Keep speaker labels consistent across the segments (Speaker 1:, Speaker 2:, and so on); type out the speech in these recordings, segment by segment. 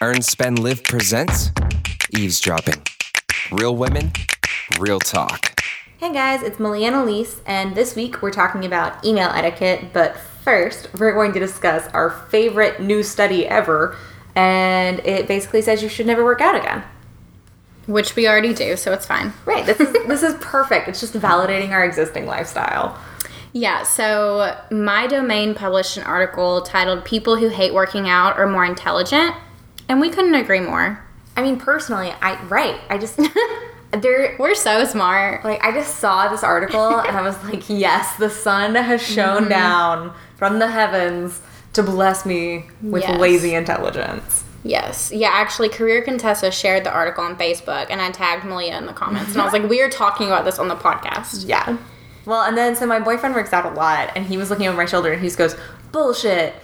Speaker 1: Earn, Spend, Live presents Eavesdropping. Real women, real talk.
Speaker 2: Hey guys, it's Meliana Leese, and this week we're talking about email etiquette. But first, we're going to discuss our favorite new study ever, and it basically says you should never work out again.
Speaker 3: Which we already do, so it's fine.
Speaker 2: Right. This is this is perfect. It's just validating our existing lifestyle.
Speaker 3: Yeah, so my domain published an article titled People Who Hate Working Out Are More Intelligent, and we couldn't agree more.
Speaker 2: I mean, personally, I right. I just there
Speaker 3: We're so smart.
Speaker 2: like I just saw this article and I was like, yes, the sun has shone down from the heavens to bless me with
Speaker 3: Yes.
Speaker 2: lazy intelligence.
Speaker 3: Yes. Yeah, actually, Career Contessa shared the article on Facebook, and I tagged Malia in the comments, and I was like, we are talking about this on the podcast.
Speaker 2: Yeah. Well, and then so my boyfriend works out a lot, and he was looking over my shoulder, and he just goes, "Bullshit."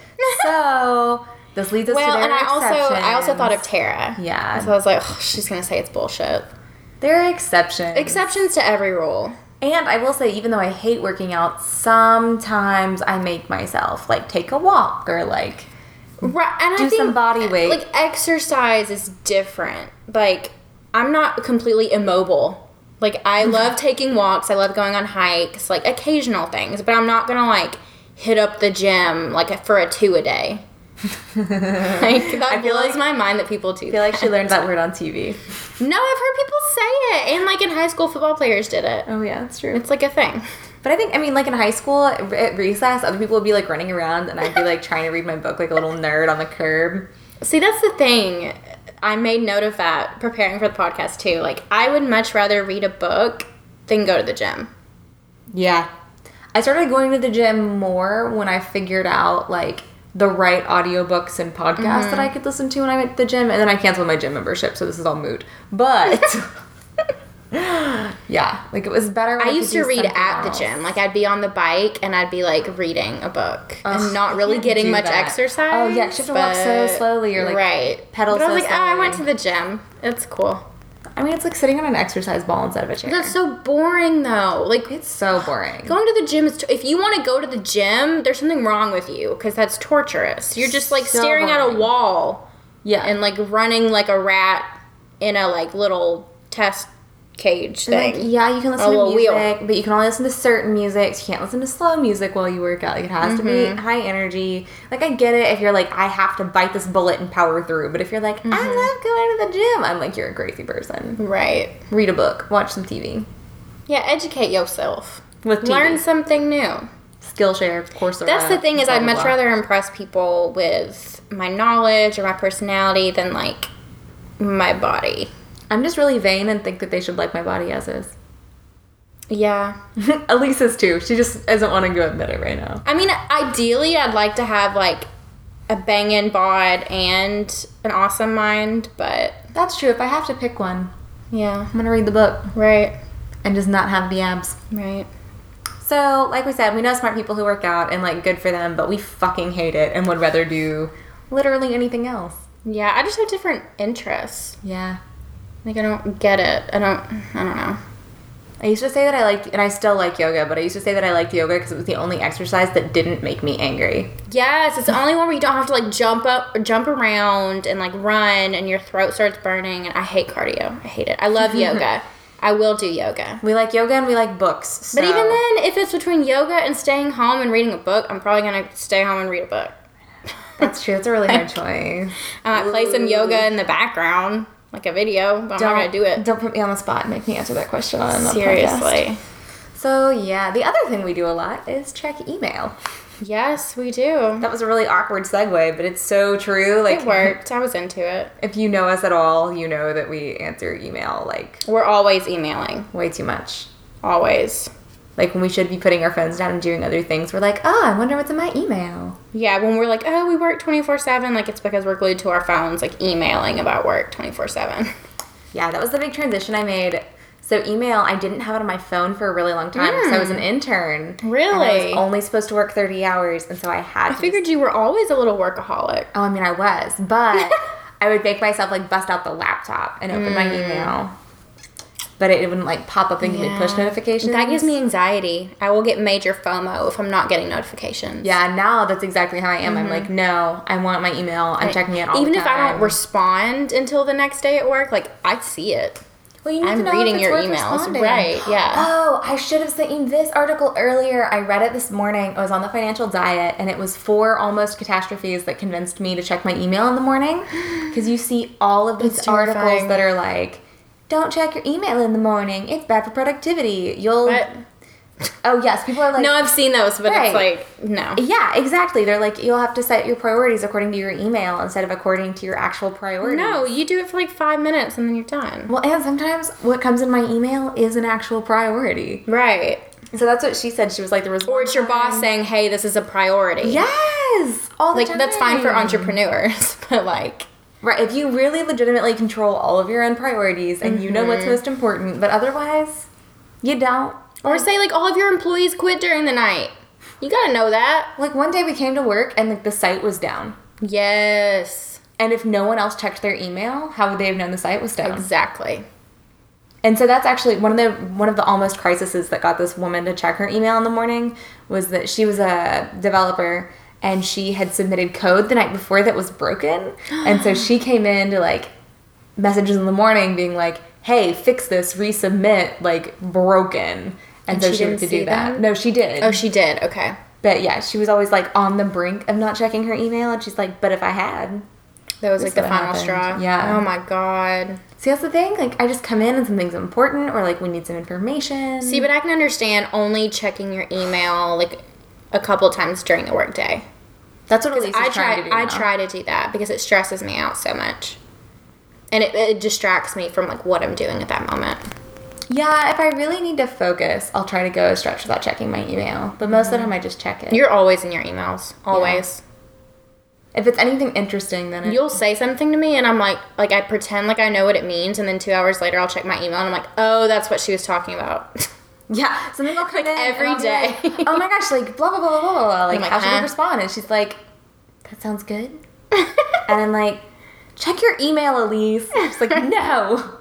Speaker 2: So this leads us to
Speaker 3: Well,
Speaker 2: their
Speaker 3: and I also I also thought of
Speaker 2: exceptions.
Speaker 3: Tara.
Speaker 2: Yeah.
Speaker 3: So I was like, "Ugh, she's gonna say it's bullshit.
Speaker 2: there are exceptions.
Speaker 3: Exceptions to every rule.
Speaker 2: and I will say, even though I hate working out, sometimes I make myself like take a walk or like
Speaker 3: Right, and I
Speaker 2: Do
Speaker 3: think eh,
Speaker 2: some body weight.
Speaker 3: Like exercise is different. Like I'm not completely immobile. Like I love taking walks. I love going on hikes. Like occasional things, but I'm not gonna like hit up the gym like for a two a day. like that
Speaker 2: feel
Speaker 3: blows
Speaker 2: like-
Speaker 3: my mind that people do.
Speaker 2: I feel like she
Speaker 3: that.
Speaker 2: learned that word on TV.
Speaker 3: no, I've heard people say it, and like in high school, football players did it.
Speaker 2: Oh yeah, that's true.
Speaker 3: It's like a thing.
Speaker 2: But I think, I mean, like in high school, at recess, other people would be like running around, and I'd be like trying to read my book like a little nerd on the curb.
Speaker 3: See, that's the thing. I made note of that preparing for the podcast too. Like, I would much rather read a book than go to the gym.
Speaker 2: Yeah. I started going to the gym more when I figured out like the right audiobooks and podcasts
Speaker 3: Mm-hmm.
Speaker 2: that I could listen to when I'm at the gym, and then I canceled my gym membership, so this is all moot. But yeah, like it was better. When
Speaker 3: I
Speaker 2: could
Speaker 3: used to
Speaker 2: do
Speaker 3: read
Speaker 2: something
Speaker 3: at
Speaker 2: else.
Speaker 3: the gym. Like, I'd be on the bike and I'd be like reading a book
Speaker 2: Ugh,
Speaker 3: and not
Speaker 2: I
Speaker 3: really
Speaker 2: can't
Speaker 3: getting
Speaker 2: do
Speaker 3: much
Speaker 2: that.
Speaker 3: exercise.
Speaker 2: Oh, yeah, 'cause you have to walk so
Speaker 3: but-
Speaker 2: slowly or, like,
Speaker 3: right.
Speaker 2: pedal
Speaker 3: But I was
Speaker 2: so
Speaker 3: like, oh, I went to
Speaker 2: slowly."
Speaker 3: the gym. It's cool.
Speaker 2: I mean, it's like sitting on an exercise ball instead of a chair.
Speaker 3: That's so boring though. Like,
Speaker 2: it's so boring.
Speaker 3: Going to the gym is. T- if you want to go to the gym, there's something wrong with you because that's torturous. You're just like
Speaker 2: So
Speaker 3: staring at a
Speaker 2: boring.
Speaker 3: wall.
Speaker 2: yeah,
Speaker 3: and like running like a rat in a like little test cage
Speaker 2: And,
Speaker 3: thing.
Speaker 2: Like, yeah, you can listen
Speaker 3: A
Speaker 2: to
Speaker 3: little
Speaker 2: music,
Speaker 3: wheel.
Speaker 2: but you can only listen to certain music. So you can't listen to slow music while you work out. Like, it has to be high energy. Like, I get it if you're like, I have to bite this bullet and power through. But if you're like, I love going to the gym, I'm like, you're a crazy person.
Speaker 3: Right.
Speaker 2: Read a book, watch some TV.
Speaker 3: Yeah, educate yourself.
Speaker 2: With TV.
Speaker 3: Learn something new.
Speaker 2: Skillshare, Coursera.
Speaker 3: That's the thing is
Speaker 2: blah,
Speaker 3: I'd
Speaker 2: blah,
Speaker 3: much
Speaker 2: blah.
Speaker 3: rather impress people with my knowledge or my personality than like my body.
Speaker 2: I'm just really vain and think that they should like my body as is.
Speaker 3: Yeah.
Speaker 2: Elise is too. She just doesn't want to go admit it right now.
Speaker 3: I mean, ideally I'd like to have like a bangin' bod and an awesome mind, but
Speaker 2: That's true. If I have to pick one,
Speaker 3: yeah.
Speaker 2: I'm going to read the book
Speaker 3: Right.
Speaker 2: and just not have the abs.
Speaker 3: Right.
Speaker 2: So, like we said, we know smart people who work out and like good for them, but we fucking hate it and would rather do literally anything else.
Speaker 3: Yeah, I just have different interests.
Speaker 2: Yeah.
Speaker 3: Like I don't get it. I don't. I don't know.
Speaker 2: I used to say that I liked, and I still like yoga, but I used to say that I liked yoga because it was the only exercise that didn't make me angry.
Speaker 3: Yes, it's the only one where you don't have to like jump up, or jump around, and like run, and your throat starts burning. And I hate cardio. I hate it. I love yoga. I will do yoga.
Speaker 2: We like yoga and we like books. So.
Speaker 3: But even then, if it's between yoga and staying home and reading a book, I'm probably gonna stay home and read a book.
Speaker 2: that's true. It's a really hard choice.
Speaker 3: I might play some yoga in the background, like a video. But I'm not gonna do it.
Speaker 2: Don't put me on the spot. and Make me answer that question on the podcast.
Speaker 3: Seriously.
Speaker 2: So yeah, the other thing we do a lot is check email.
Speaker 3: Yes, we do.
Speaker 2: That was a really awkward segue, but it's so true. Like
Speaker 3: It worked. I was into it.
Speaker 2: if you know us at all, you know that we answer email like
Speaker 3: We're always emailing.
Speaker 2: way too much.
Speaker 3: Always.
Speaker 2: Like when we should be putting our phones down and doing other things, we're like, oh, I wonder what's in my email.
Speaker 3: Yeah, when we're like, oh, we work 24 7, like it's because we're glued to our phones, like emailing about work 24 7.
Speaker 2: Yeah, that was the big transition I made. So email, I didn't have it on my phone for a really long time because I was an intern. And I
Speaker 3: Mm. Really?
Speaker 2: was only supposed to work 30 hours, and so I had
Speaker 3: I
Speaker 2: to
Speaker 3: figured you were always a little workaholic.
Speaker 2: Oh, I mean, I was,
Speaker 3: Mm.
Speaker 2: but I would make myself like bust out the laptop and open my email. but it wouldn't like pop up and give me push
Speaker 3: Yeah.
Speaker 2: notifications.
Speaker 3: That gives me anxiety. I will get major FOMO if I'm not getting notifications.
Speaker 2: Yeah, now that's exactly how I am. I'm like, no, I want my email. I'm checking it all
Speaker 3: Even
Speaker 2: the
Speaker 3: if I don't
Speaker 2: time.
Speaker 3: respond until the next day at work, like I see it.
Speaker 2: Well, you need
Speaker 3: I'm
Speaker 2: to know if
Speaker 3: reading
Speaker 2: it's
Speaker 3: your
Speaker 2: worth
Speaker 3: emails.
Speaker 2: responding.
Speaker 3: Right, yeah.
Speaker 2: Oh, I should have sent you this article earlier. I read it this morning. It was on the financial diet, and it was four almost catastrophes that convinced me to check my email in the morning. Because you see all of these
Speaker 3: That's
Speaker 2: articles
Speaker 3: terrifying.
Speaker 2: that are like, don't check your email in the morning. It's bad for productivity. You'll.
Speaker 3: But
Speaker 2: Oh, yes. People are like,
Speaker 3: no, I've seen those, but
Speaker 2: Right.
Speaker 3: it's like no.
Speaker 2: yeah, exactly. They're like, you'll have to set your priorities according to your email instead of according to your actual priorities.
Speaker 3: No, you do it for like five minutes and then you're done.
Speaker 2: Well, and sometimes what comes in my email is an actual priority.
Speaker 3: Right.
Speaker 2: So that's what she said. She was like, there was
Speaker 3: Or it's your boss saying, "Hey, this is a priority."
Speaker 2: Yes, all the
Speaker 3: Like that's fine for
Speaker 2: time.
Speaker 3: entrepreneurs, but like
Speaker 2: Right, if you really legitimately control all of your own priorities and you know
Speaker 3: Mm-hmm.
Speaker 2: what's most important, but otherwise, you don't.
Speaker 3: or say like all of your employees quit during the night. You got to know that.
Speaker 2: Like one day we came to work and like the site was down,
Speaker 3: Yes.
Speaker 2: and if no one else checked their email, how would they have known the site was down?
Speaker 3: Exactly.
Speaker 2: And so that's actually one of the one of the almost crises that got this woman to check her email in the morning was that she was a developer and she had submitted code the night before that was broken, and so she came in to like messages in the morning being like, "Hey, fix this, resubmit, like broken." And,
Speaker 3: And
Speaker 2: so
Speaker 3: she
Speaker 2: she, had
Speaker 3: didn't
Speaker 2: to do
Speaker 3: see
Speaker 2: that.
Speaker 3: them?
Speaker 2: No, she did.
Speaker 3: Oh, she did. Okay.
Speaker 2: but yeah, she was always like on the brink of not checking her email, and she's like, "But if I had."
Speaker 3: That was like
Speaker 2: is
Speaker 3: the
Speaker 2: what
Speaker 3: final
Speaker 2: happened.
Speaker 3: straw.
Speaker 2: Yeah.
Speaker 3: Oh my god.
Speaker 2: See, that's the thing. Like, I just come in and something's important, or like we need some information.
Speaker 3: See, but I can understand only checking your email like a couple times during the workday.
Speaker 2: that's what Elise
Speaker 3: I
Speaker 2: is trying
Speaker 3: try.
Speaker 2: to do
Speaker 3: I
Speaker 2: now.
Speaker 3: try to do that because it stresses me out so much, and it, it distracts me from like what I'm doing at that moment.
Speaker 2: Yeah, if I really need to focus, I'll try to go a stretch without checking my email. But most of the time, I just check it.
Speaker 3: Mm-hmm. You're always in your emails. Always.
Speaker 2: if it's anything interesting, then it,
Speaker 3: You'll say something to me, and I'm like, like I pretend like I know what it means, and then two hours later, I'll check my email, and I'm like, oh, that's what she was talking about.
Speaker 2: yeah, something will come in and
Speaker 3: every
Speaker 2: I'll be
Speaker 3: day.
Speaker 2: like, oh my gosh, like blah blah blah blah blah blah. Like,
Speaker 3: I'm like,
Speaker 2: how should
Speaker 3: huh?
Speaker 2: I respond? And she's like, that sounds good. and I'm like, check your email, Elise. She's like, no.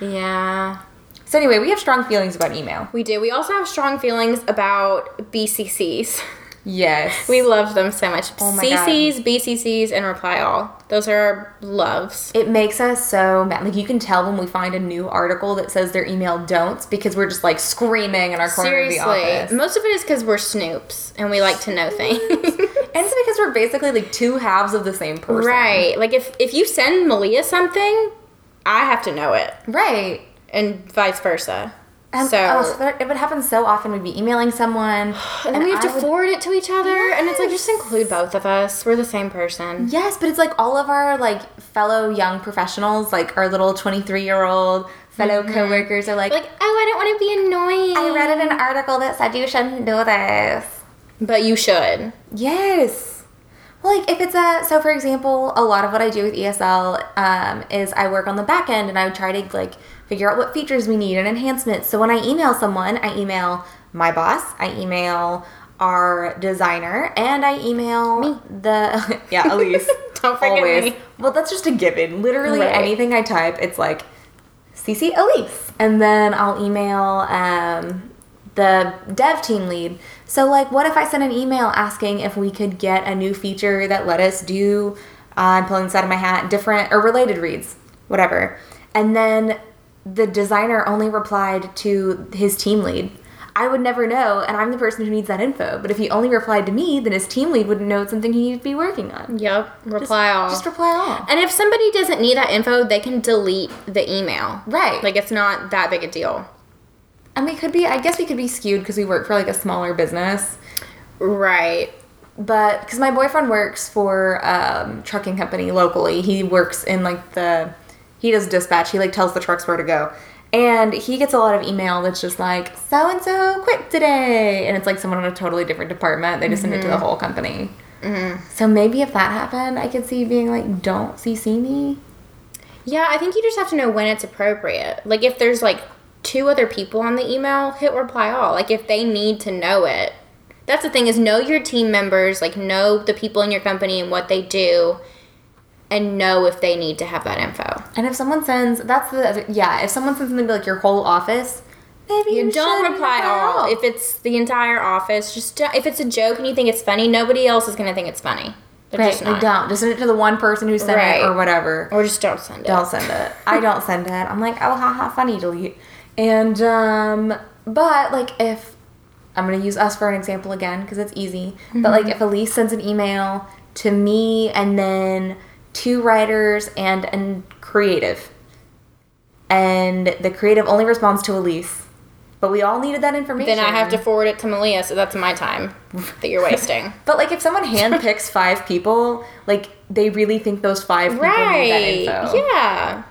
Speaker 3: yeah.
Speaker 2: So anyway, we have strong feelings about email.
Speaker 3: We do. We also have strong feelings about BCCs.
Speaker 2: Yes,
Speaker 3: We love them so much.
Speaker 2: Oh my God.
Speaker 3: CCs, BCCs, and reply all. Those are our loves.
Speaker 2: it makes us so mad. Like you can tell when we find a new article that says their email don'ts because we're just like screaming in our corner of the office.
Speaker 3: Seriously, most of it is because we're snoops and we like to know things.
Speaker 2: And it's because we're basically like two halves of the same person.
Speaker 3: right. Like if if you send Malia something, I have to know it,
Speaker 2: Right.
Speaker 3: and vice versa.
Speaker 2: And
Speaker 3: so.
Speaker 2: oh, so that- it would happen so often. We'd be emailing someone.
Speaker 3: and then we have
Speaker 2: I
Speaker 3: to
Speaker 2: would-
Speaker 3: forward it to each other, and it's like just include both of us. We're the same person.
Speaker 2: Yes, but it's like all of our like fellow young professionals, like our little 23 year old fellow coworkers are like,
Speaker 3: Mm-hmm. Like, oh, I don't want to be annoying.
Speaker 2: I read in an article that said you shouldn't do this.
Speaker 3: but you should.
Speaker 2: Yes. Well, like if it's a so for example, a lot of what I do with ESL um, is I work on the back end and I try to like figure out what features we need and enhancements. So when I email someone, I email my boss, I email our designer, and I email the yeah Elise.
Speaker 3: Don't forget me.
Speaker 2: Well, that's just a given. Literally
Speaker 3: Right.
Speaker 2: anything I type, it's like CC Elise. And then I'll email um, the dev team lead. So, like, what if I sent an email asking if we could get a new feature that let us do, uh, I'm pulling this out of my hat, different or related reads, whatever. And then the designer only replied to his team lead. I would never know, and I'm the person who needs that info. But if he only replied to me, then his team lead wouldn't know it's something he needed to be working on.
Speaker 3: Yep. Reply all.
Speaker 2: Just reply all.
Speaker 3: And if somebody doesn't need that info, they can delete the email.
Speaker 2: Right.
Speaker 3: Like it's not that big a deal.
Speaker 2: And we could be, I guess we could be skewed because we work for like a smaller business.
Speaker 3: Right.
Speaker 2: But because my boyfriend works for um, trucking company locally, he works in like the, he does dispatch. He like tells the trucks where to go. And he gets a lot of email that's just like, so and so quit today. And it's like someone in a totally different department. They just send it to the
Speaker 3: Mm-hmm.
Speaker 2: whole company. So maybe if that happened, I could see you being like, don't CC me.
Speaker 3: Yeah, I think you just have to know when it's appropriate. Like if there's like two other people on the email, hit reply all. Like if they need to know it. That's the thing is know your team members, like know the people in your company and what they do and know if they need to have that info.
Speaker 2: And if someone sends, that's the other- yeah. If someone sends something to like your whole office, maybe you,
Speaker 3: You don't
Speaker 2: shouldn't
Speaker 3: reply all.
Speaker 2: out.
Speaker 3: If it's the entire office, just don't, if it's a joke and you think it's funny, nobody else is gonna think it's funny. They're
Speaker 2: right,
Speaker 3: just
Speaker 2: like,
Speaker 3: not.
Speaker 2: don't just send it to the one person who sent
Speaker 3: Right.
Speaker 2: it or whatever.
Speaker 3: Or just don't send it.
Speaker 2: don't send it. I don't send it. I'm like, oh, haha, funny, delete. And, um, but, like, if I'm going to use us for an example again because it's easy, but, like, if Elise sends an email to me and then two writers and and creative, and the creative only responds to Elise, but we all needed that information.
Speaker 3: Then I have to forward it to Malia, so that's my time that you're wasting.
Speaker 2: But like, if someone handpicks five people, like they really think those five people need that
Speaker 3: right.
Speaker 2: info.
Speaker 3: Yeah.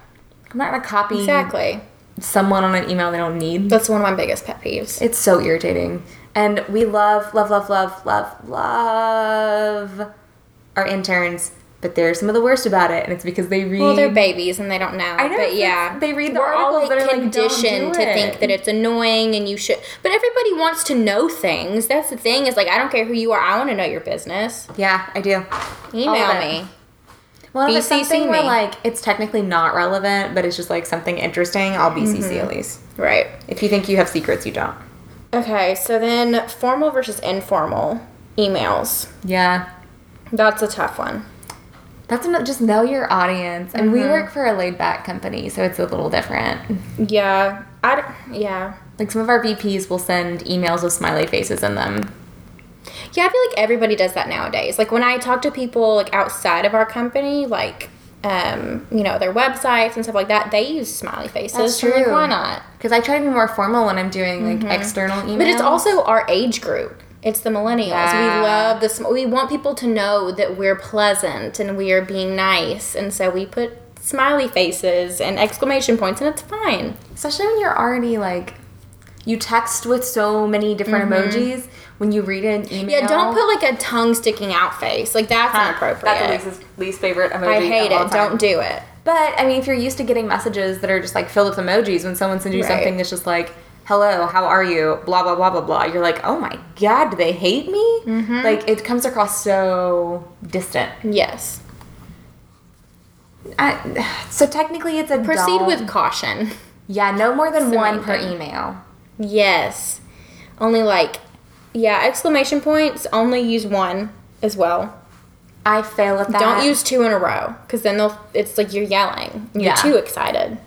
Speaker 2: I'm not gonna copy
Speaker 3: Exactly.
Speaker 2: someone on an email they don't need.
Speaker 3: That's one of my biggest pet peeves.
Speaker 2: It's so irritating. And we love, love, love, love, love, love our interns, but they're some of the worst about it, and it's because they read.
Speaker 3: Well, they're babies and they don't know.
Speaker 2: know,
Speaker 3: but
Speaker 2: it's-
Speaker 3: yeah,
Speaker 2: they read the
Speaker 3: We're all
Speaker 2: articles that are like, "Don't do
Speaker 3: conditioned to
Speaker 2: it."
Speaker 3: think that it's annoying and you should. But everybody wants to know things. That's the thing. Is like I don't care who you are. I want to know your business.
Speaker 2: yeah, I do. All
Speaker 3: Email
Speaker 2: of it.
Speaker 3: me.
Speaker 2: Well, if it's
Speaker 3: BCC
Speaker 2: something where
Speaker 3: me.
Speaker 2: like it's technically not relevant, but it's just like something interesting, I'll BCC
Speaker 3: Mm-hmm.
Speaker 2: Elise.
Speaker 3: Right.
Speaker 2: If you think you have secrets, you don't.
Speaker 3: Okay. So then, formal versus informal emails.
Speaker 2: Yeah,
Speaker 3: That's a tough one.
Speaker 2: that's not, just know your audience. And
Speaker 3: Mm-hmm.
Speaker 2: we work for a laid back company, so it's a little different.
Speaker 3: Yeah. I. d- Yeah.
Speaker 2: Like some of our VPs will send emails with smiley faces in them.
Speaker 3: Yeah, I feel like everybody does that nowadays. Like when I talk to people like outside of our company, like um, you know, their websites and stuff like that, they use smiley faces.
Speaker 2: That's
Speaker 3: So I'm like,
Speaker 2: true.
Speaker 3: why not?
Speaker 2: Because I try to be more formal when I'm doing like external emails.
Speaker 3: Mm-hmm. But it's also our age group. It's the millennials.
Speaker 2: Yeah.
Speaker 3: We love the sm- we want people to know that we're pleasant and we are being nice, and so we put smiley faces and exclamation points, and it's fine.
Speaker 2: especially when you're already like you text with so many different emojis when you read an email.
Speaker 3: Mm-hmm. Yeah, don't put like a tongue sticking out face. Like that's inappropriate.
Speaker 2: That's Elise's least favorite emoji.
Speaker 3: I hate it. Don't do it.
Speaker 2: But I mean, if you're used to getting messages that are just like filled with emojis, when someone sends you
Speaker 3: Right.
Speaker 2: something that's just like "Hello, how are you?" blah blah blah blah blah, you're like, "Oh my god, do they hate me?"
Speaker 3: Mm-hmm.
Speaker 2: Like it comes across so distant.
Speaker 3: Yes.
Speaker 2: I, so technically, it's a
Speaker 3: Proceed
Speaker 2: don't-
Speaker 3: with caution.
Speaker 2: yeah, no more than
Speaker 3: the
Speaker 2: one
Speaker 3: main
Speaker 2: per
Speaker 3: thing.
Speaker 2: email.
Speaker 3: Yes. Only like, yeah, exclamation points, only use one as well.
Speaker 2: I fail at that.
Speaker 3: Don't use two in a row because then they'll, it's like you're yelling. You're
Speaker 2: Yeah.
Speaker 3: too excited.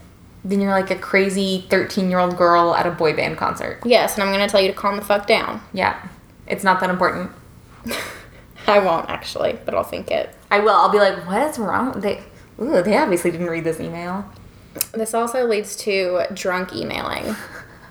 Speaker 2: Then you're like a crazy 13 year old girl at a boy band concert.
Speaker 3: Yes, and I'm going to tell you to calm the fuck down.
Speaker 2: Yeah. It's not that important.
Speaker 3: I won't actually, but I'll think it.
Speaker 2: I will. I'll be like, what is wrong? They, ooh, they obviously didn't read this email.
Speaker 3: This also leads to drunk emailing.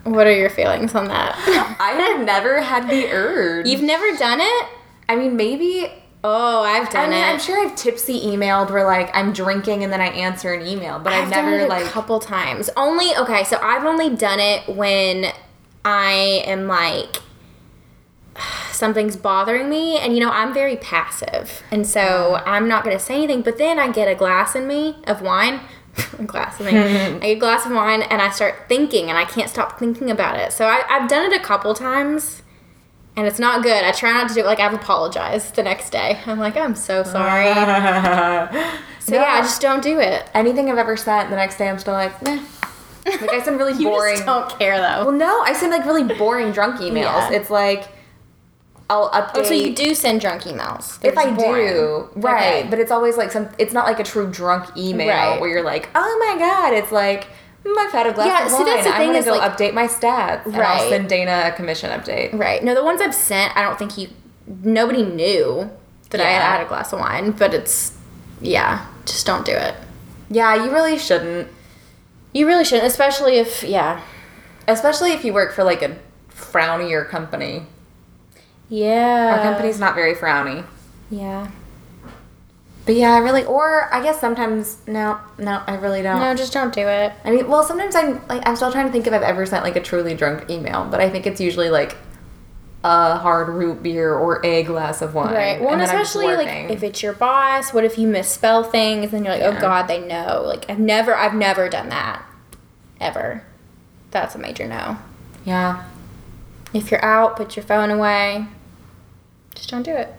Speaker 3: What are your feelings on that?
Speaker 2: I have never had the urge.
Speaker 3: You've never done it?
Speaker 2: I mean, maybe.
Speaker 3: Oh, I've
Speaker 2: I
Speaker 3: done
Speaker 2: mean,
Speaker 3: it.
Speaker 2: I'm sure I've tipsy emailed where like I'm drinking and then I answer an email, but I've,
Speaker 3: I've
Speaker 2: never
Speaker 3: done it a
Speaker 2: like.
Speaker 3: couple times. Only okay, so I've only done it when I am like something's bothering me and you know I'm very passive. And so I'm not going to say anything, but then I get a glass in me of wine. a glass in me. I get a glass of wine and I start thinking and I can't stop thinking about it. So I, I've done it a couple times. And it's not good. I try not to do it. Like I've apologized the next day. I'm like, I'm so sorry. so yeah,
Speaker 2: No.
Speaker 3: just don't do it.
Speaker 2: Anything I've ever sent, the next day I'm still like, meh. Like I send really
Speaker 3: You
Speaker 2: boring.
Speaker 3: just don't care though.
Speaker 2: Well, no, I send like really boring drunk emails.
Speaker 3: Yeah.
Speaker 2: It's like I'll update.
Speaker 3: Oh, so you do send drunk emails. They're
Speaker 2: If I
Speaker 3: just boring.
Speaker 2: do, right?
Speaker 3: Okay.
Speaker 2: But it's always like some. It's not like a true drunk email
Speaker 3: Right.
Speaker 2: where you're like, "Oh my god!" It's like, mm, "I've had a glass
Speaker 3: Yeah,
Speaker 2: of
Speaker 3: see,
Speaker 2: wine.
Speaker 3: that's the
Speaker 2: I'm
Speaker 3: thing
Speaker 2: gonna
Speaker 3: is,
Speaker 2: go
Speaker 3: like-
Speaker 2: update my stats, and I'll
Speaker 3: Right.
Speaker 2: send Dana a commission update."
Speaker 3: Right. No, the ones I've sent, I don't think you. Nobody knew that I had
Speaker 2: Yeah.
Speaker 3: had a glass of wine, but it's. Yeah, just don't do it.
Speaker 2: Yeah, you really shouldn't,
Speaker 3: You really shouldn't, especially if. Yeah.
Speaker 2: especially if you work for like a frownier company.
Speaker 3: Yeah.
Speaker 2: Our
Speaker 3: Uh,
Speaker 2: company's not very frowny.
Speaker 3: Yeah.
Speaker 2: But yeah, I really, or I guess sometimes no, no, I really don't.
Speaker 3: No, just don't do it.
Speaker 2: I mean, well, sometimes I'm like, I'm still trying to think if I've ever sent like a truly drunk email, but I think it's usually like a hard root beer or a glass of wine.
Speaker 3: Right. Well, and
Speaker 2: then I'm just
Speaker 3: especially like
Speaker 2: working.
Speaker 3: if it's your boss, what if you misspell things and you're like, oh God, they know. Like, I've never, I've never done that. Ever. That's a major no.
Speaker 2: yeah,
Speaker 3: If you're out, put your phone away. Just don't do it.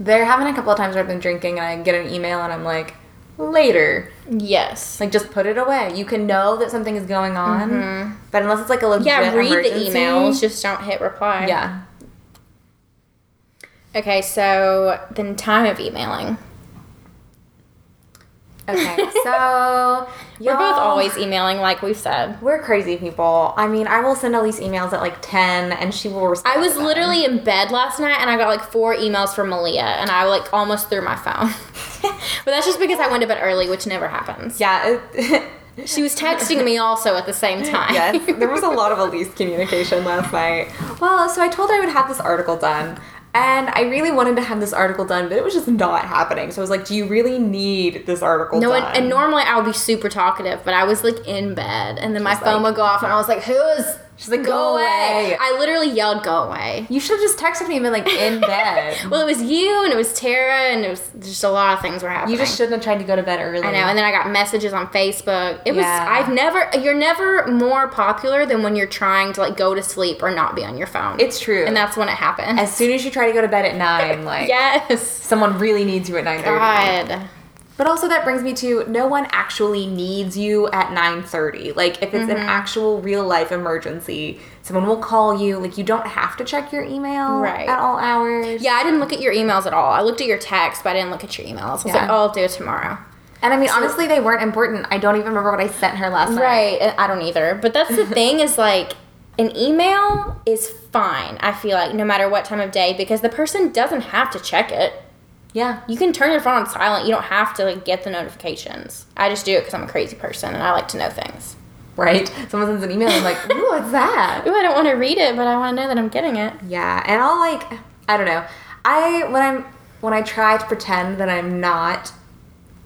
Speaker 2: there have been a couple of times where I've been drinking and I get an email and I'm like, later.
Speaker 3: Yes.
Speaker 2: Like just put it away. You can know that something is going on, but unless it's like a legit
Speaker 3: Mm-hmm. yeah, read
Speaker 2: emergency-
Speaker 3: the emails, just don't hit reply.
Speaker 2: Yeah.
Speaker 3: Okay, so then time of emailing.
Speaker 2: Okay. So
Speaker 3: We're both
Speaker 2: y'all-
Speaker 3: always emailing, like we've said.
Speaker 2: we're crazy people. I mean, I will send Elise emails at like ten, and she will respond.
Speaker 3: I was
Speaker 2: to them.
Speaker 3: literally in bed last night and I got like four emails from Malia and I like almost threw my phone. but that's just because I went to bed early, which never happens.
Speaker 2: Yeah. It,
Speaker 3: She was texting me also at the same time.
Speaker 2: yes. There was a lot of Elise communication last night. Well, so I told her I would have this article done. And I really wanted to have this article done, but it was just not happening. So I was like, "Do you really need this article?"
Speaker 3: No,
Speaker 2: done?
Speaker 3: and, and normally I would be super talkative, but I was like in bed, and then my phone
Speaker 2: like-
Speaker 3: would go off, and I was like, "Who is?" She's
Speaker 2: like, "Go away."
Speaker 3: I literally yelled, "Go away!"
Speaker 2: You should have just texted me and been like in bed.
Speaker 3: Well, it was you, and it was Tara, and it was just a lot of things were
Speaker 2: you
Speaker 3: happening.
Speaker 2: just shouldn't have tried to go to bed early.
Speaker 3: I know, and then I got messages on Facebook. It was
Speaker 2: Yeah.
Speaker 3: I've never you're never more popular than when you're trying to like go to sleep or not be on your phone.
Speaker 2: It's true.
Speaker 3: and that's when it happened.
Speaker 2: as soon as you try to go to bed at nine, like
Speaker 3: yes,
Speaker 2: someone really needs you at nine thirty.
Speaker 3: God,
Speaker 2: But also that brings me to no one actually needs you at nine thirty. Like if it's an
Speaker 3: Mm-hmm.
Speaker 2: actual real life emergency, someone will call you. Like you don't have to check your email
Speaker 3: Right.
Speaker 2: at all hours.
Speaker 3: yeah, I didn't look at your emails at all. I looked at your text, but I didn't look at your emails. I was
Speaker 2: Yeah.
Speaker 3: like, oh, I'll do it tomorrow.
Speaker 2: And I mean honestly they weren't important. I don't even remember what I sent her last night.
Speaker 3: Right. and I don't either. But that's the thing is like an email is fine, I feel like, no matter what time of day, because the person doesn't have to check it.
Speaker 2: Yeah.
Speaker 3: You can turn your phone on silent. You don't have to like get the notifications. I just do it because I'm a crazy person and I like to know things.
Speaker 2: Right. Someone sends an email and I'm like, ooh, what's that?
Speaker 3: Ooh, I don't want to read it, but I want to know that I'm getting it.
Speaker 2: Yeah, and I'll like I don't know. I when I'm when I try to pretend that I'm not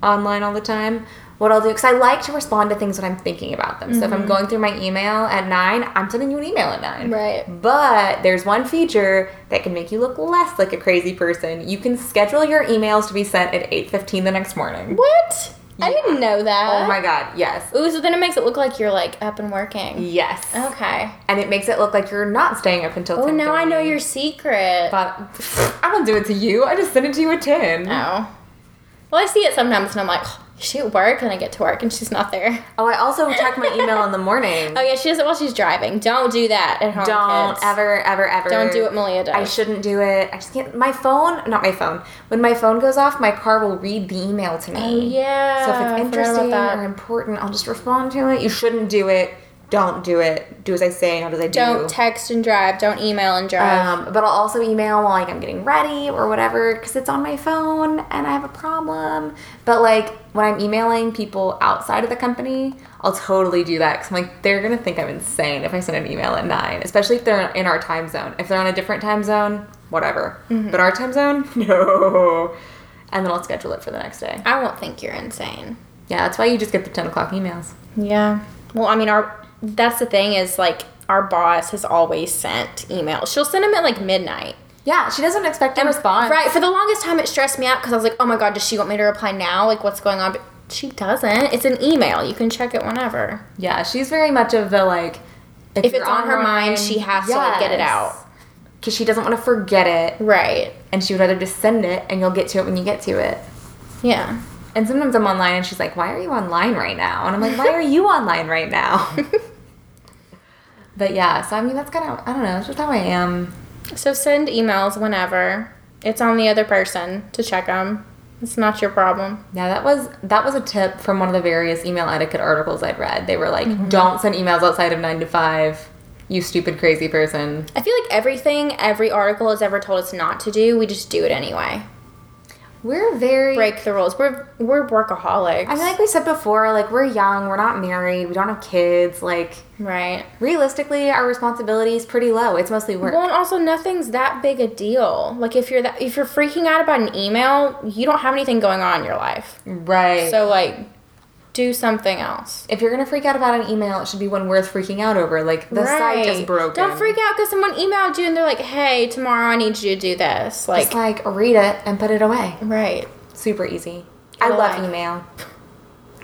Speaker 2: online all the time, what I'll do because I like to respond to things when I'm thinking about them. So if
Speaker 3: Mm-hmm.
Speaker 2: I'm going through my email at nine, I'm sending you an email at nine.
Speaker 3: Right.
Speaker 2: But there's one feature that can make you look less like a crazy person. You can schedule your emails to be sent at eight fifteen the next morning.
Speaker 3: What? I didn't know that.
Speaker 2: Oh my god, yes.
Speaker 3: Ooh, so then it makes it look like you're like up and working.
Speaker 2: Yes.
Speaker 3: Okay.
Speaker 2: And it makes it look like you're not staying up until
Speaker 3: Oh, now I know
Speaker 2: 10:30.
Speaker 3: your secret.
Speaker 2: But I won't do it to you. I just sent it to you at ten.
Speaker 3: No. Oh. Well, I see it sometimes, and I'm like, oh, is she at work? And I get to work, and she's not there.
Speaker 2: Oh, I also check my email in the morning.
Speaker 3: Oh yeah, she does it while she's driving. Don't do that at home.
Speaker 2: Don't
Speaker 3: kids.
Speaker 2: ever, ever, ever.
Speaker 3: Don't do what Malia does.
Speaker 2: I shouldn't do it. I just can't. My phone, not my phone. When my phone goes off, my car will read the email to me.
Speaker 3: Oh, yeah.
Speaker 2: So if
Speaker 3: I
Speaker 2: it's
Speaker 3: forgot about
Speaker 2: interesting
Speaker 3: that.
Speaker 2: or important, I'll just respond to it. You shouldn't do it. Don't do it. Do as I say, not as I do.
Speaker 3: Don't text and drive. Don't email and drive.
Speaker 2: um, but I'll also email while like I'm getting ready or whatever because it's on my phone and I have a problem. But like when I'm emailing people outside of the company, I'll totally do that because I'm like they're gonna think I'm insane if I send an email at nine, especially if they're in our time zone. If they're on a different time zone, whatever.
Speaker 3: Mm-hmm.
Speaker 2: But our time zone, no. And then I'll schedule it for the next day.
Speaker 3: I won't think you're insane.
Speaker 2: Yeah, that's why you just get the ten o'clock emails.
Speaker 3: Yeah. Well, I mean, our that's the thing is like our boss has always sent emails. She'll send them at like midnight.
Speaker 2: Yeah, she doesn't expect a response.
Speaker 3: Right. For the longest time, it stressed me out because I was like, oh my god, does she want me to reply now? Like, what's going on? But she doesn't. It's an email. You can check it whenever.
Speaker 2: Yeah, she's very much of the like.
Speaker 3: If it's on her mind, she has to like, get it out.
Speaker 2: Because she doesn't want to forget it.
Speaker 3: Right.
Speaker 2: and she would rather just send it and you'll get to it when you get to it.
Speaker 3: Yeah.
Speaker 2: And sometimes I'm online and she's like, Why are you online right now? And I'm like, Why are you online right now? but yeah, so I mean, that's kind of, I don't know, that's just how I am.
Speaker 3: So send emails whenever. It's on the other person to check them. It's not your problem.
Speaker 2: Yeah, that was that was a tip from one of the various email etiquette articles I'd read. They were like, "Don't send emails outside of nine to five, you stupid crazy person."
Speaker 3: I feel like everything every article has ever told us not to do, we just do it anyway.
Speaker 2: We're very
Speaker 3: Break the rules. We're we're workaholics.
Speaker 2: I mean, like we said before, like we're young, we're not married, we don't have kids. Like
Speaker 3: right.
Speaker 2: realistically, our responsibility is pretty low. It's mostly work.
Speaker 3: Well, and also nothing's that big a deal. Like if you're that if you're freaking out about an email, you don't have anything going on in your life.
Speaker 2: right.
Speaker 3: So like do something else.
Speaker 2: If you're gonna freak out about an email, it should be one worth freaking out over. Like the site is
Speaker 3: Right.
Speaker 2: broken.
Speaker 3: Don't freak out because someone emailed you and they're like, "Hey, tomorrow I need you to do this." Like,
Speaker 2: Just like read it and put it away.
Speaker 3: right?
Speaker 2: Super easy.
Speaker 3: Get
Speaker 2: I
Speaker 3: a
Speaker 2: love
Speaker 3: life.
Speaker 2: email.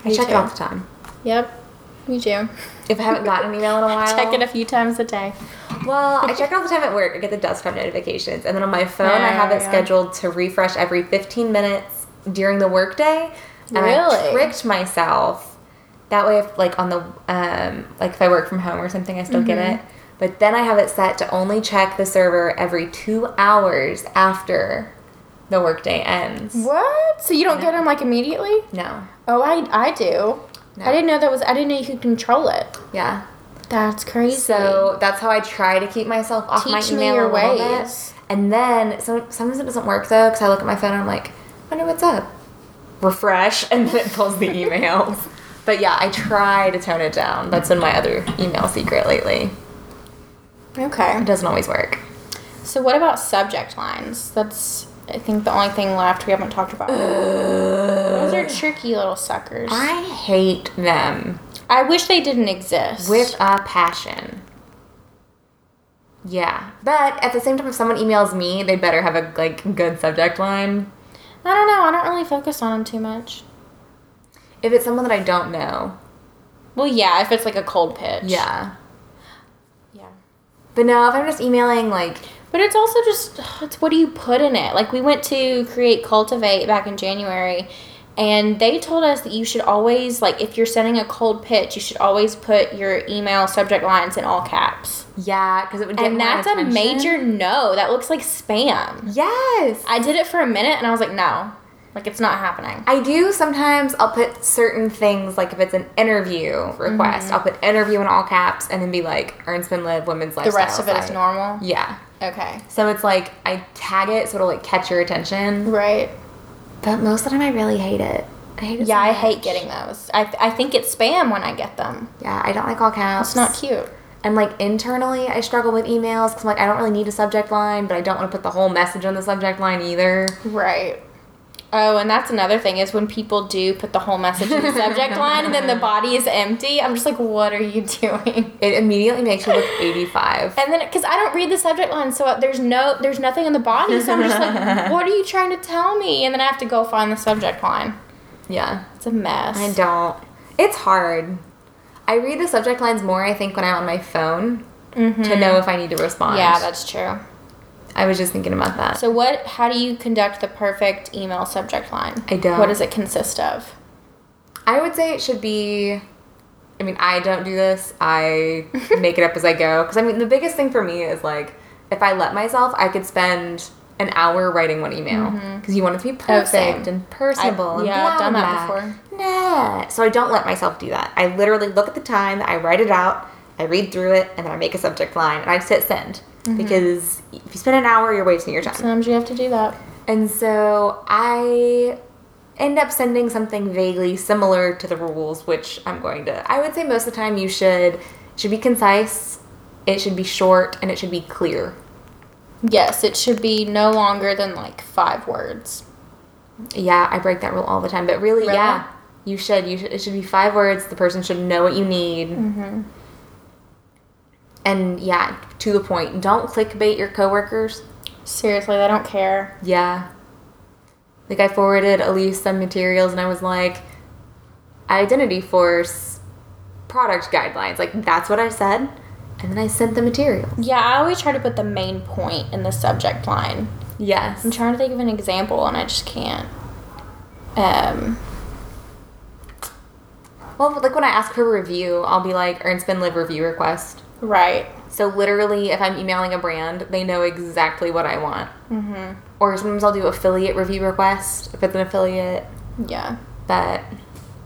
Speaker 2: I
Speaker 3: Me
Speaker 2: check
Speaker 3: too.
Speaker 2: it all the time.
Speaker 3: Yep, you do.
Speaker 2: If I haven't gotten an email in a while,
Speaker 3: Check it a few times a day.
Speaker 2: Well, I check it all the time at work. I get the desktop notifications, and then on my phone, I have
Speaker 3: Oh,
Speaker 2: it
Speaker 3: yeah.
Speaker 2: scheduled to refresh every 15 minutes during the workday. and I
Speaker 3: Really?
Speaker 2: tricked myself. That way, if like on the um, like if I work from home or something, I still
Speaker 3: Mm-hmm.
Speaker 2: get it. But then I have it set to only check the server every two hours after the workday ends.
Speaker 3: What? So you don't get them like immediately?
Speaker 2: No,
Speaker 3: Oh, I I do. I didn't know that was. I didn't know you could control it.
Speaker 2: yeah.
Speaker 3: That's crazy.
Speaker 2: So that's how I try to keep myself off my
Speaker 3: Teach me
Speaker 2: email
Speaker 3: your
Speaker 2: a little
Speaker 3: ways.
Speaker 2: bit. And then so, sometimes it doesn't work though because I look at my phone and I'm like, wonder what's up. Refresh and then it pulls the emails. But yeah, I try to tone it down. That's been my other email secret lately. It
Speaker 3: okay.
Speaker 2: doesn't always work.
Speaker 3: So what about subject lines? That's I think the only thing left we haven't talked about. Those are tricky little suckers. I,
Speaker 2: I hate them
Speaker 3: wish they didn't exist.
Speaker 2: with a passion. Yeah, but at the same time, if someone emails me, they better have a like good subject line.
Speaker 3: I don't know. I don't really focus on them too much.
Speaker 2: If it's someone that I don't know,
Speaker 3: Well, yeah, if it's like a cold pitch.
Speaker 2: yeah.
Speaker 3: Yeah.
Speaker 2: But no, if I'm just emailing like
Speaker 3: But it's also just it's what do you put in it? Like we went to create cultivate back in January and they told us that you should always like if you're sending a cold pitch, you should always put your email subject lines in all caps.
Speaker 2: Yeah, because it would get
Speaker 3: and
Speaker 2: more
Speaker 3: that's a
Speaker 2: attention.
Speaker 3: major no. That looks like spam.
Speaker 2: Yes,
Speaker 3: I did it for a minute and I was like, no. Like it's not happening.
Speaker 2: I do. Sometimes I'll put certain things like if it's an interview request, I'll put interview in all caps and then be like Ernst Spin Live Women's
Speaker 3: The
Speaker 2: Lifestyle.
Speaker 3: rest of it is
Speaker 2: site.
Speaker 3: normal.
Speaker 2: Yeah,
Speaker 3: Okay.
Speaker 2: so it's like I tag it so it'll like catch your attention.
Speaker 3: Right.
Speaker 2: But most of the time, I really hate it. I hate it.
Speaker 3: Yeah,
Speaker 2: so
Speaker 3: I
Speaker 2: much.
Speaker 3: hate getting those. I, I think it's spam when I get them.
Speaker 2: Yeah, I don't like all caps.
Speaker 3: It's not cute.
Speaker 2: And like internally, I struggle with emails because I'm like I don't really need a subject line, but I don't want to put the whole message on the subject line either.
Speaker 3: Right. Oh, and that's another thing is when people do put the whole message in the subject line and then the body is empty. I'm just like, what are you doing?
Speaker 2: It immediately makes you look 85.
Speaker 3: And then because I don't read the subject line, so there's no there's nothing in the body, so I'm just like, what are you trying to tell me? And then I have to go find the subject line.
Speaker 2: Yeah.
Speaker 3: It's a mess.
Speaker 2: I don't. It's hard. I read the subject lines more, I think, when I'm on my phone to know if I need to respond.
Speaker 3: Yeah, that's true.
Speaker 2: I was just thinking about that.
Speaker 3: So what? How do you conduct the perfect email subject line?
Speaker 2: I don't.
Speaker 3: What does it consist of?
Speaker 2: I would say it should be. I mean, I don't do this. I make it up as I go. Because, I mean, the biggest thing for me is like, if I let myself, I could spend an hour writing one email. Because you want it to be
Speaker 3: same.
Speaker 2: perfect and personable. and
Speaker 3: I- Mm-hmm. yeah, I've
Speaker 2: blah,
Speaker 3: done that
Speaker 2: blah.
Speaker 3: before.
Speaker 2: Nah. So I don't let myself do that. I literally look at the time, I write it out, I read through it, and then I make a subject line and I just hit send.
Speaker 3: Mm-hmm.
Speaker 2: Because if you spend an hour, you're wasting your time.
Speaker 3: Sometimes you have to do that.
Speaker 2: And so I end up sending something vaguely similar to the rules, which I'm going to. I would say most of the time you should it should be concise, it should be short, and it should be clear.
Speaker 3: Yes, it should be no longer than like five words.
Speaker 2: Yeah, I break that rule all the time, but really,
Speaker 3: Really?
Speaker 2: yeah, you should. You should. It should be five words. The person should know what you need. And yeah, to the point. Don't clickbait your coworkers.
Speaker 3: Seriously, they don't care.
Speaker 2: Yeah. Like I forwarded Elise some materials and I was like, Identity Force product guidelines. Like that's what I said. And then I sent the material.
Speaker 3: Yeah, I always try to put the main point in the subject line.
Speaker 2: Yes.
Speaker 3: I'm trying to think of an example and I just can't. Um,
Speaker 2: Well, like when I ask for a review, I'll be like, Ernst Bin Live review request.
Speaker 3: right.
Speaker 2: So literally, if I'm emailing a brand, they know exactly what I want. Mm-hmm. Or sometimes I'll do affiliate review request if it's an affiliate.
Speaker 3: Yeah.
Speaker 2: But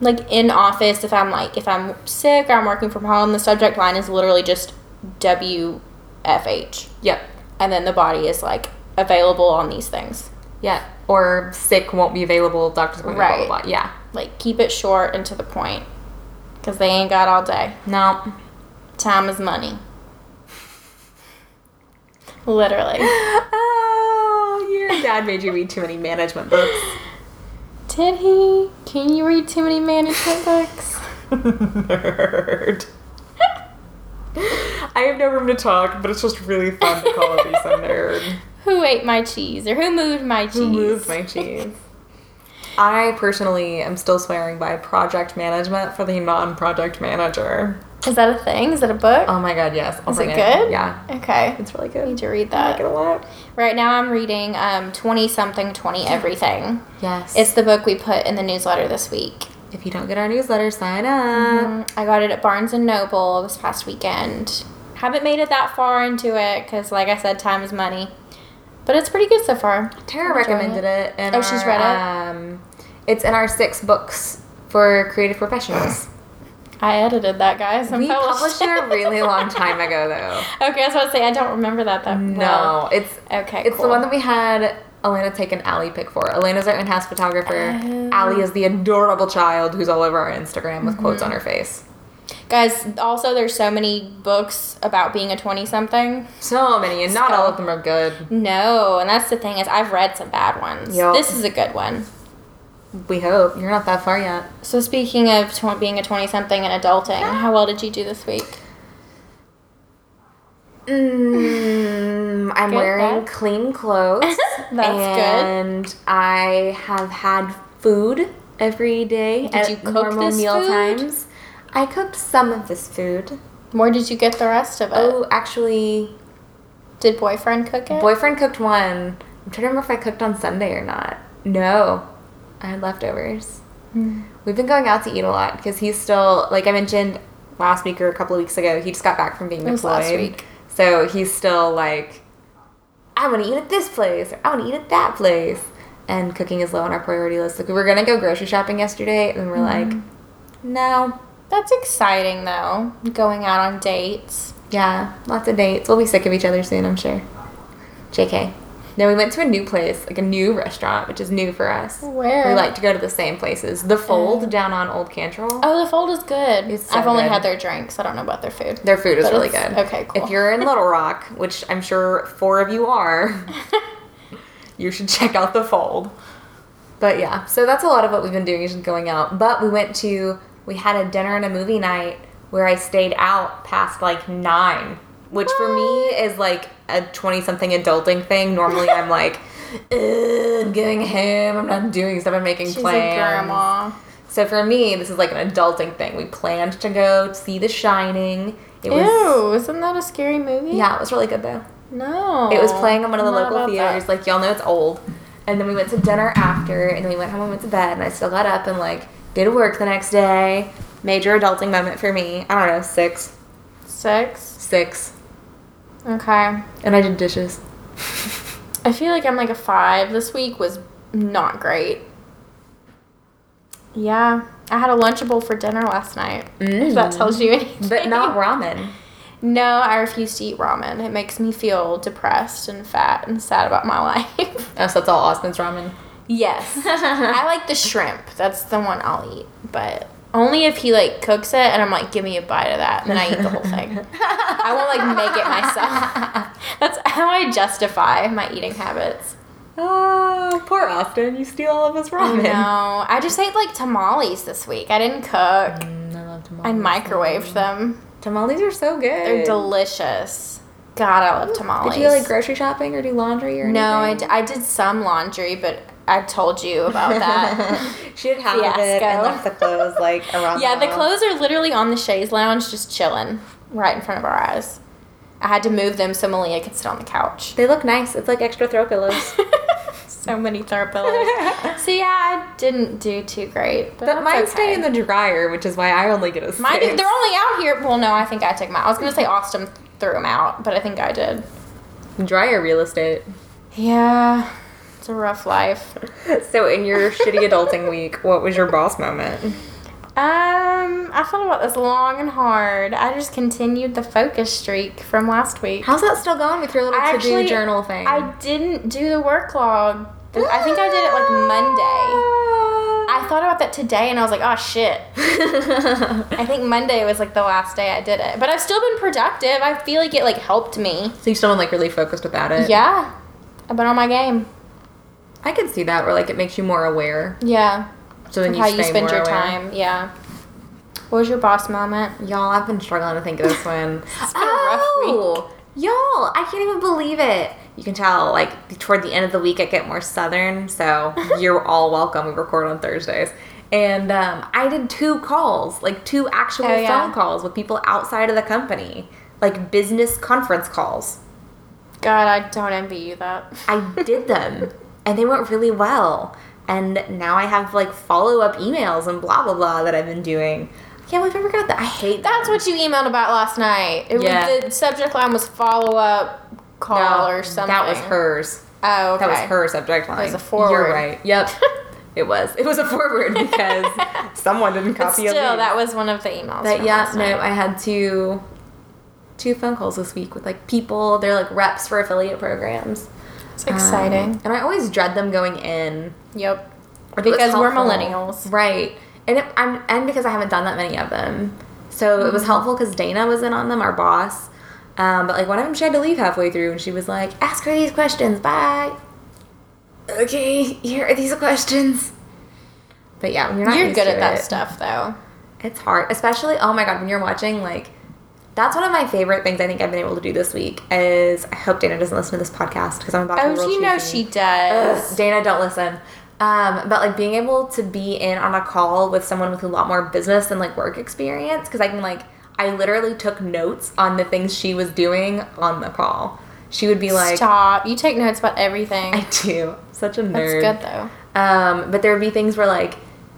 Speaker 3: Like in office, if I'm like, if I'm sick or I'm working from home, the subject line is literally just WFH.
Speaker 2: yep,
Speaker 3: And then the body is like available on these things.
Speaker 2: yep. Or sick won't be available. Doctor's appointment. Blah blah
Speaker 3: Right.
Speaker 2: blah. Yeah.
Speaker 3: Like keep it short and to the point because they ain't got all day.
Speaker 2: No.
Speaker 3: Time is money. Literally.
Speaker 2: Oh, your dad made you read too many management books.
Speaker 3: Did he? Can you read too many management books?
Speaker 2: Nerd. I have no room to talk, but it's just really fun to call Elise a nerd.
Speaker 3: Who ate my cheese or who moved my cheese?
Speaker 2: Who moved my cheese? I personally am still swearing by project management for the non project manager.
Speaker 3: Is that a thing? Is that a book?
Speaker 2: Oh my god, yes. I'll
Speaker 3: Is it
Speaker 2: bring
Speaker 3: good?
Speaker 2: Yeah.
Speaker 3: Okay.
Speaker 2: It's really
Speaker 3: Um, I need
Speaker 2: good.
Speaker 3: to read
Speaker 2: I like
Speaker 3: that.
Speaker 2: it a lot.
Speaker 3: Right now I'm reading um 20 something 20 everything.
Speaker 2: Yes.
Speaker 3: It's the book we put in the newsletter this week.
Speaker 2: if you don't get our newsletter, sign up.
Speaker 3: Um, I got it at Barnes and Noble this past weekend. Haven't made it that far into it cuz like I said time is money. But it's pretty good so far.
Speaker 2: Tara
Speaker 3: I'm enjoying
Speaker 2: recommended it. in
Speaker 3: Oh, she's
Speaker 2: our,
Speaker 3: read it?
Speaker 2: Um, it's in our six books for creative professionals.
Speaker 3: I edited that guys. and
Speaker 2: we published it a really long time ago, though.
Speaker 3: Okay, I was about to say I don't remember that that well.
Speaker 2: No, it's
Speaker 3: Okay,
Speaker 2: It's
Speaker 3: cool.
Speaker 2: the one that we had Elena take an Allie pic for. Elena's our in-house photographer.
Speaker 3: Oh.
Speaker 2: Allie is the adorable child who's all over our Instagram with quotes on
Speaker 3: Mm-hmm.
Speaker 2: her face.
Speaker 3: Guys, also there's so many books about being a 20 something.
Speaker 2: So many, and not
Speaker 3: So-
Speaker 2: all of them are good.
Speaker 3: No, and that's the thing is I've read some bad ones.
Speaker 2: Yup.
Speaker 3: This is a good one.
Speaker 2: We hope you're not that far yet.
Speaker 3: So speaking of tw- being a 20 something and adulting, how well did you do this week?
Speaker 2: Mm, I'm
Speaker 3: Good,
Speaker 2: wearing
Speaker 3: bad?
Speaker 2: clean clothes.
Speaker 3: That's good.
Speaker 2: and I have had food every day. Did
Speaker 3: you cook this food? Uh,
Speaker 2: times. I cooked some of this food.
Speaker 3: Where did you get the rest of it?
Speaker 2: Oh, actually,
Speaker 3: Did boyfriend cook it?
Speaker 2: boyfriend cooked one. I'm trying to remember if I cooked on Sunday or not. No, I had leftovers.
Speaker 3: Hmm.
Speaker 2: We've been going out to eat a lot because he's still like I mentioned last week or a couple of weeks ago. He just got back from being
Speaker 3: It was
Speaker 2: deployed,
Speaker 3: last week.
Speaker 2: so he's still like, I want to eat at this place or I want to eat at that place, and cooking is low on our priority list. Like we were gonna go grocery shopping yesterday, and we're
Speaker 3: Mm-hmm.
Speaker 2: like, no,
Speaker 3: That's exciting though. Going out on dates.
Speaker 2: Yeah, lots of dates. We'll be sick of each other soon, I'm sure. JK. No, we went to a new place, like a new restaurant, which is new for us.
Speaker 3: Where?
Speaker 2: We like to go to the same places. The Fold down on Old Cantrell.
Speaker 3: Oh, the fold is good.
Speaker 2: It's so
Speaker 3: I've only
Speaker 2: good.
Speaker 3: had their drinks. I don't know about their food.
Speaker 2: Their food is
Speaker 3: But
Speaker 2: really
Speaker 3: it's-
Speaker 2: good.
Speaker 3: okay, cool.
Speaker 2: If you're in Little Rock, which I'm sure four of you are, you should check out The Fold. But yeah, so that's a lot of what we've been doing is just going out. But we went to, we had a dinner and a movie night where I stayed out past like nine, which for me is like a 20 something adulting thing. Normally I'm like, "Ugh, I'm going home, I'm not doing stuff, I'm making
Speaker 3: She's
Speaker 2: plans.
Speaker 3: a grandma.
Speaker 2: So for me, this is like an adulting thing. We planned to go see The Shining. It was
Speaker 3: Ew, isn't that a scary movie?
Speaker 2: yeah, it was really good though.
Speaker 3: No.
Speaker 2: It was playing in one of the
Speaker 3: not
Speaker 2: local
Speaker 3: about
Speaker 2: theaters.
Speaker 3: that.
Speaker 2: Like y'all know, it's old. And then we went to dinner after, and then we went home and went to bed. And I still got up and like did work the next day. Major adulting moment for me. I don't know, six,
Speaker 3: Six.
Speaker 2: six,
Speaker 3: Okay.
Speaker 2: and I did dishes.
Speaker 3: I feel like I'm like a five. This week was not great. Yeah. I had a Lunchable for dinner last night. If that tells you anything.
Speaker 2: Mm. But not ramen.
Speaker 3: No, I refuse to eat ramen. It makes me feel depressed and fat and sad about my life.
Speaker 2: Oh, so that's all Austin's ramen.
Speaker 3: yes. I like the shrimp. That's the one I'll eat. But only if he like cooks it and I'm like, give me a bite of that. Then I eat the whole thing. I won't like make it myself. That's how I justify my eating habits.
Speaker 2: Oh, poor Austin! You steal all of his ramen.
Speaker 3: No, I just ate like tamales this week. I didn't cook.
Speaker 2: Mm, I love tamales.
Speaker 3: I microwaved them.
Speaker 2: Tamales are so good.
Speaker 3: They're delicious. God, I love tamales.
Speaker 2: Did you like grocery shopping or do laundry or
Speaker 3: No, I, d-
Speaker 2: anything?
Speaker 3: I did some laundry, but I told you about that.
Speaker 2: she did half of it
Speaker 3: Fiasco.
Speaker 2: and left the clothes like around.
Speaker 3: yeah, the
Speaker 2: house.
Speaker 3: clothes are literally on the chaise lounge, just chilling right in front of our eyes. I had to move them so Malia could sit on the couch.
Speaker 2: They look nice. It's like extra throw pillows.
Speaker 3: so many throw pillows. so yeah, I didn't do too great, but,
Speaker 2: but
Speaker 3: that's
Speaker 2: mine
Speaker 3: okay.
Speaker 2: stay in the dryer, which is why I only get a six.
Speaker 3: Mine, they're only out here. Well, no, I think I took mine. I was gonna say Austin threw them out, but I think I did.
Speaker 2: dryer real estate.
Speaker 3: Yeah, it's a rough life.
Speaker 2: So in your shitty adulting week, what was your boss moment?
Speaker 3: Um, I thought about this long and hard. I just continued the focus streak from last week.
Speaker 2: How's that still going with your little
Speaker 3: I
Speaker 2: to do
Speaker 3: actually-
Speaker 2: journal thing?
Speaker 3: I didn't do the work log. I think I did it like Monday. I thought about that today, and I was like, oh shit.
Speaker 2: Ah.
Speaker 3: I think Monday was like the last day I did it, but I've still been productive. I feel like it like helped me.
Speaker 2: so you still been like really focused without it.
Speaker 3: Yeah, I've been on my game.
Speaker 2: I can see that where like it makes you more aware.
Speaker 3: Yeah.
Speaker 2: So then
Speaker 3: of
Speaker 2: you
Speaker 3: how
Speaker 2: stay
Speaker 3: you spend
Speaker 2: more
Speaker 3: your
Speaker 2: aware.
Speaker 3: time. Yeah. What was your boss moment?
Speaker 2: Y'all, I've been struggling to think of this one. Oh,
Speaker 3: been a rough
Speaker 2: y'all, I can't even believe it. You can tell, like, toward the end of the week, I get more southern, so you're all welcome. We record on Thursdays. And um, I did two calls, like two actual
Speaker 3: Oh, yeah.
Speaker 2: phone calls with people outside of the company, like business conference calls.
Speaker 3: God, I don't envy you that.
Speaker 2: I did them and they went really well. And now I have like follow up emails and blah, blah, blah that I've been doing. I can't believe I forgot that. I hate that.
Speaker 3: That's what you emailed about last night. It
Speaker 2: Yeah.
Speaker 3: was, the subject line was follow up call or something.
Speaker 2: That was hers.
Speaker 3: Oh, okay.
Speaker 2: That was her subject line.
Speaker 3: was a forward.
Speaker 2: You're right. Yep. it was. It was a forward because someone didn't
Speaker 3: But
Speaker 2: copy
Speaker 3: still,
Speaker 2: a link.
Speaker 3: that was one of the emails.
Speaker 2: But
Speaker 3: from
Speaker 2: yeah,
Speaker 3: last
Speaker 2: no,
Speaker 3: night.
Speaker 2: I had two two phone calls this week with like people. They're like reps for affiliate programs.
Speaker 3: it's exciting.
Speaker 2: Um, and I always dread them going in
Speaker 3: yep.
Speaker 2: If it was
Speaker 3: Because we're
Speaker 2: helpful.
Speaker 3: millennials.
Speaker 2: right? And it, I'm and because I haven't done that many of them, so it was
Speaker 3: Mm-hmm.
Speaker 2: helpful because Dana was in on them, our boss. Um, but like one of them, she had to leave halfway through, and she was like, "Ask her these questions, bye." Okay, here are these questions. But yeah, when you're not
Speaker 3: You're
Speaker 2: used
Speaker 3: good
Speaker 2: to
Speaker 3: at that
Speaker 2: it,
Speaker 3: stuff, though.
Speaker 2: It's hard, especially oh my god, when you're watching like. That's one of my favorite things I think I've been able to do this week is I hope Dana doesn't listen to this podcast because I'm about to be
Speaker 3: Oh,
Speaker 2: real
Speaker 3: you know
Speaker 2: cheesy.
Speaker 3: she does.
Speaker 2: Ugh, Dana, don't listen. Um, but like being able to be in on a call with someone with a lot more business and like work experience, because I can like I literally took notes on the things she was doing on the call. She would be like,
Speaker 3: Stop. You take notes about everything.
Speaker 2: "I do, such a
Speaker 3: That's
Speaker 2: nerd."
Speaker 3: good, though.
Speaker 2: Um, but there would be things where like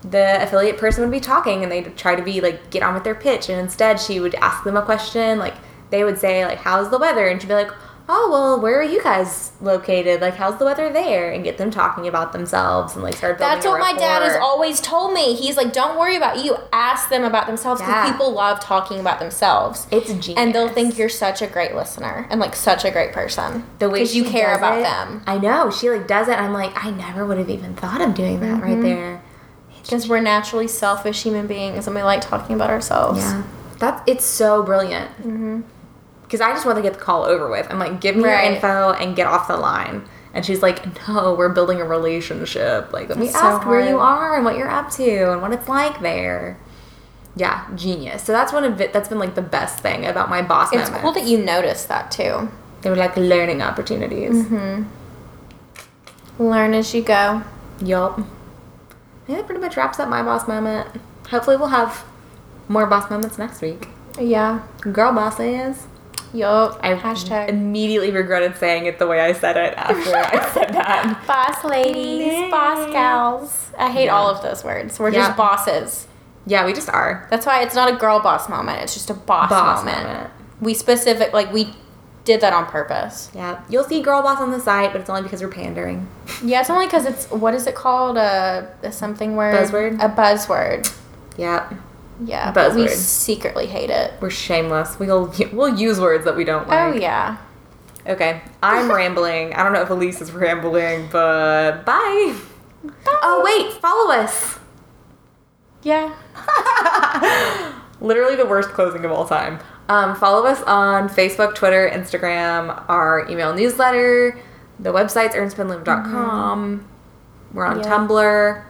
Speaker 2: the affiliate person would be talking and they'd try to be like get on with their pitch, and instead she would ask them a question. Like they would say like How's the weather? And she'd be like, Oh well, where are you guys located? Like how's the weather there? And get them talking about themselves and like start. Building
Speaker 3: That's what
Speaker 2: a
Speaker 3: my dad has
Speaker 2: rapport.
Speaker 3: always told me. He's like, don't worry about you. Ask them about themselves because
Speaker 2: Yeah.
Speaker 3: people love talking about themselves.
Speaker 2: It's genius.
Speaker 3: and they'll think you're such a great listener and like such a great person
Speaker 2: the way
Speaker 3: because you
Speaker 2: she
Speaker 3: care
Speaker 2: does
Speaker 3: about
Speaker 2: it-
Speaker 3: them
Speaker 2: I know she like does it. I'm like I never would have even thought of doing
Speaker 3: Mm-hmm.
Speaker 2: that right there.
Speaker 3: because we're naturally selfish human beings and we like talking about ourselves.
Speaker 2: Yeah, that's it's so brilliant. Because I just want to get the call over with. I'm like, give me
Speaker 3: Mm-hmm. Right.
Speaker 2: your info and get off the line. And she's like, no, we're building a relationship. Like, let me
Speaker 3: That's so
Speaker 2: ask where you
Speaker 3: hard.
Speaker 2: are and what you're up to and what it's like there. Yeah, genius. So that's one of it. That's been like the best thing about my boss.
Speaker 3: It's
Speaker 2: moment.
Speaker 3: cool that you notice that too.
Speaker 2: they were like learning opportunities.
Speaker 3: Hmm. Learn as you go.
Speaker 2: Yup. Yeah, that pretty much wraps up my boss moment. Hopefully, we'll have more boss moments next week.
Speaker 3: Yeah.
Speaker 2: Girl boss is.
Speaker 3: Yup.
Speaker 2: I
Speaker 3: Hashtag
Speaker 2: immediately regretted saying it the way I said it after I said that.
Speaker 3: boss ladies, boss gals. I hate all of those words. We're
Speaker 2: Yeah.
Speaker 3: just bosses.
Speaker 2: Yeah, we just are.
Speaker 3: That's why it's not a girl boss moment. It's just a boss,
Speaker 2: Boss
Speaker 3: moment.
Speaker 2: moment.
Speaker 3: We specific like we did that on purpose.
Speaker 2: Yeah, you'll see girl boss on the site, but it's only because we're pandering.
Speaker 3: Yeah, it's only because it's what is it called? A, a something word.
Speaker 2: Buzzword?
Speaker 3: A buzzword.
Speaker 2: Yep,
Speaker 3: Yeah, but we
Speaker 2: Buzzword.
Speaker 3: secretly hate it.
Speaker 2: we're shameless. We'll we'll use words that we don't
Speaker 3: Oh
Speaker 2: like.
Speaker 3: yeah.
Speaker 2: Okay, I'm rambling. I don't know if Elise is rambling, but bye. Oh wait, follow us.
Speaker 3: Yeah.
Speaker 2: Literally the worst closing of all time. Um, follow us on Facebook, Twitter, Instagram, our email newsletter, the website's ernstpinloom.com. We're on
Speaker 3: Mm-hmm. Yeah.
Speaker 2: Tumblr.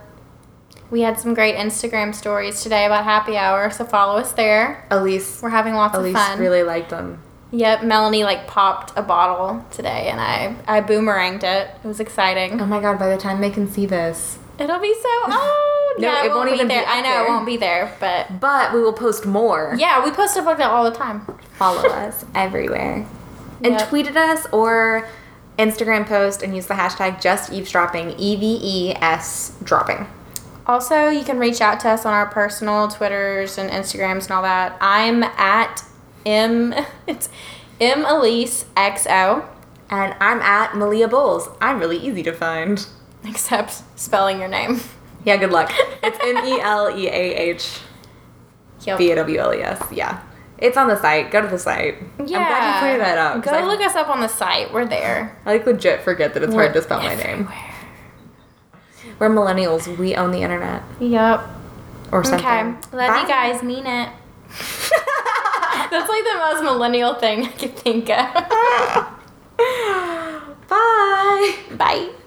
Speaker 3: We had some great Instagram stories today about happy hour, so follow us there.
Speaker 2: Elise,
Speaker 3: We're having lots
Speaker 2: Elise
Speaker 3: of fun.
Speaker 2: really liked them.
Speaker 3: Yep, Melanie like popped a bottle today and I I boomeranged it. It was exciting.
Speaker 2: Oh my god, by the time they can see this.
Speaker 3: It'll be so oh
Speaker 2: No,
Speaker 3: yeah,
Speaker 2: it
Speaker 3: it, won't,
Speaker 2: won't
Speaker 3: be
Speaker 2: even be
Speaker 3: there.
Speaker 2: up
Speaker 3: I know
Speaker 2: there.
Speaker 3: it won't be there, but
Speaker 2: But we will post more.
Speaker 3: yeah, we post stuff like that all the time.
Speaker 2: Follow us everywhere. And
Speaker 3: Yep.
Speaker 2: tweet at us or Instagram post and use the hashtag just eavesdropping, E V E S dropping.
Speaker 3: Also, you can reach out to us on our personal Twitters and Instagrams and all that. I'm at M it's M Elise XO,
Speaker 2: And I'm at Malia Bowles. I'm really easy to find.
Speaker 3: except spelling your name.
Speaker 2: Yeah, good luck. It's M E L E A H
Speaker 3: Yep.
Speaker 2: B A W L E S. Yeah. It's on the site. Go to the site. I'm
Speaker 3: Yeah.
Speaker 2: glad you cleared that up. 'cause
Speaker 3: Go
Speaker 2: I,
Speaker 3: look us up on the site. We're there.
Speaker 2: I like legit forget that it's hard to spell my name. We're millennials. We own the internet
Speaker 3: Yep.
Speaker 2: or something.
Speaker 3: Okay. Love
Speaker 2: Bye.
Speaker 3: you guys. Mean it. That's like the most millennial thing I could think of.
Speaker 2: Bye.
Speaker 3: Bye.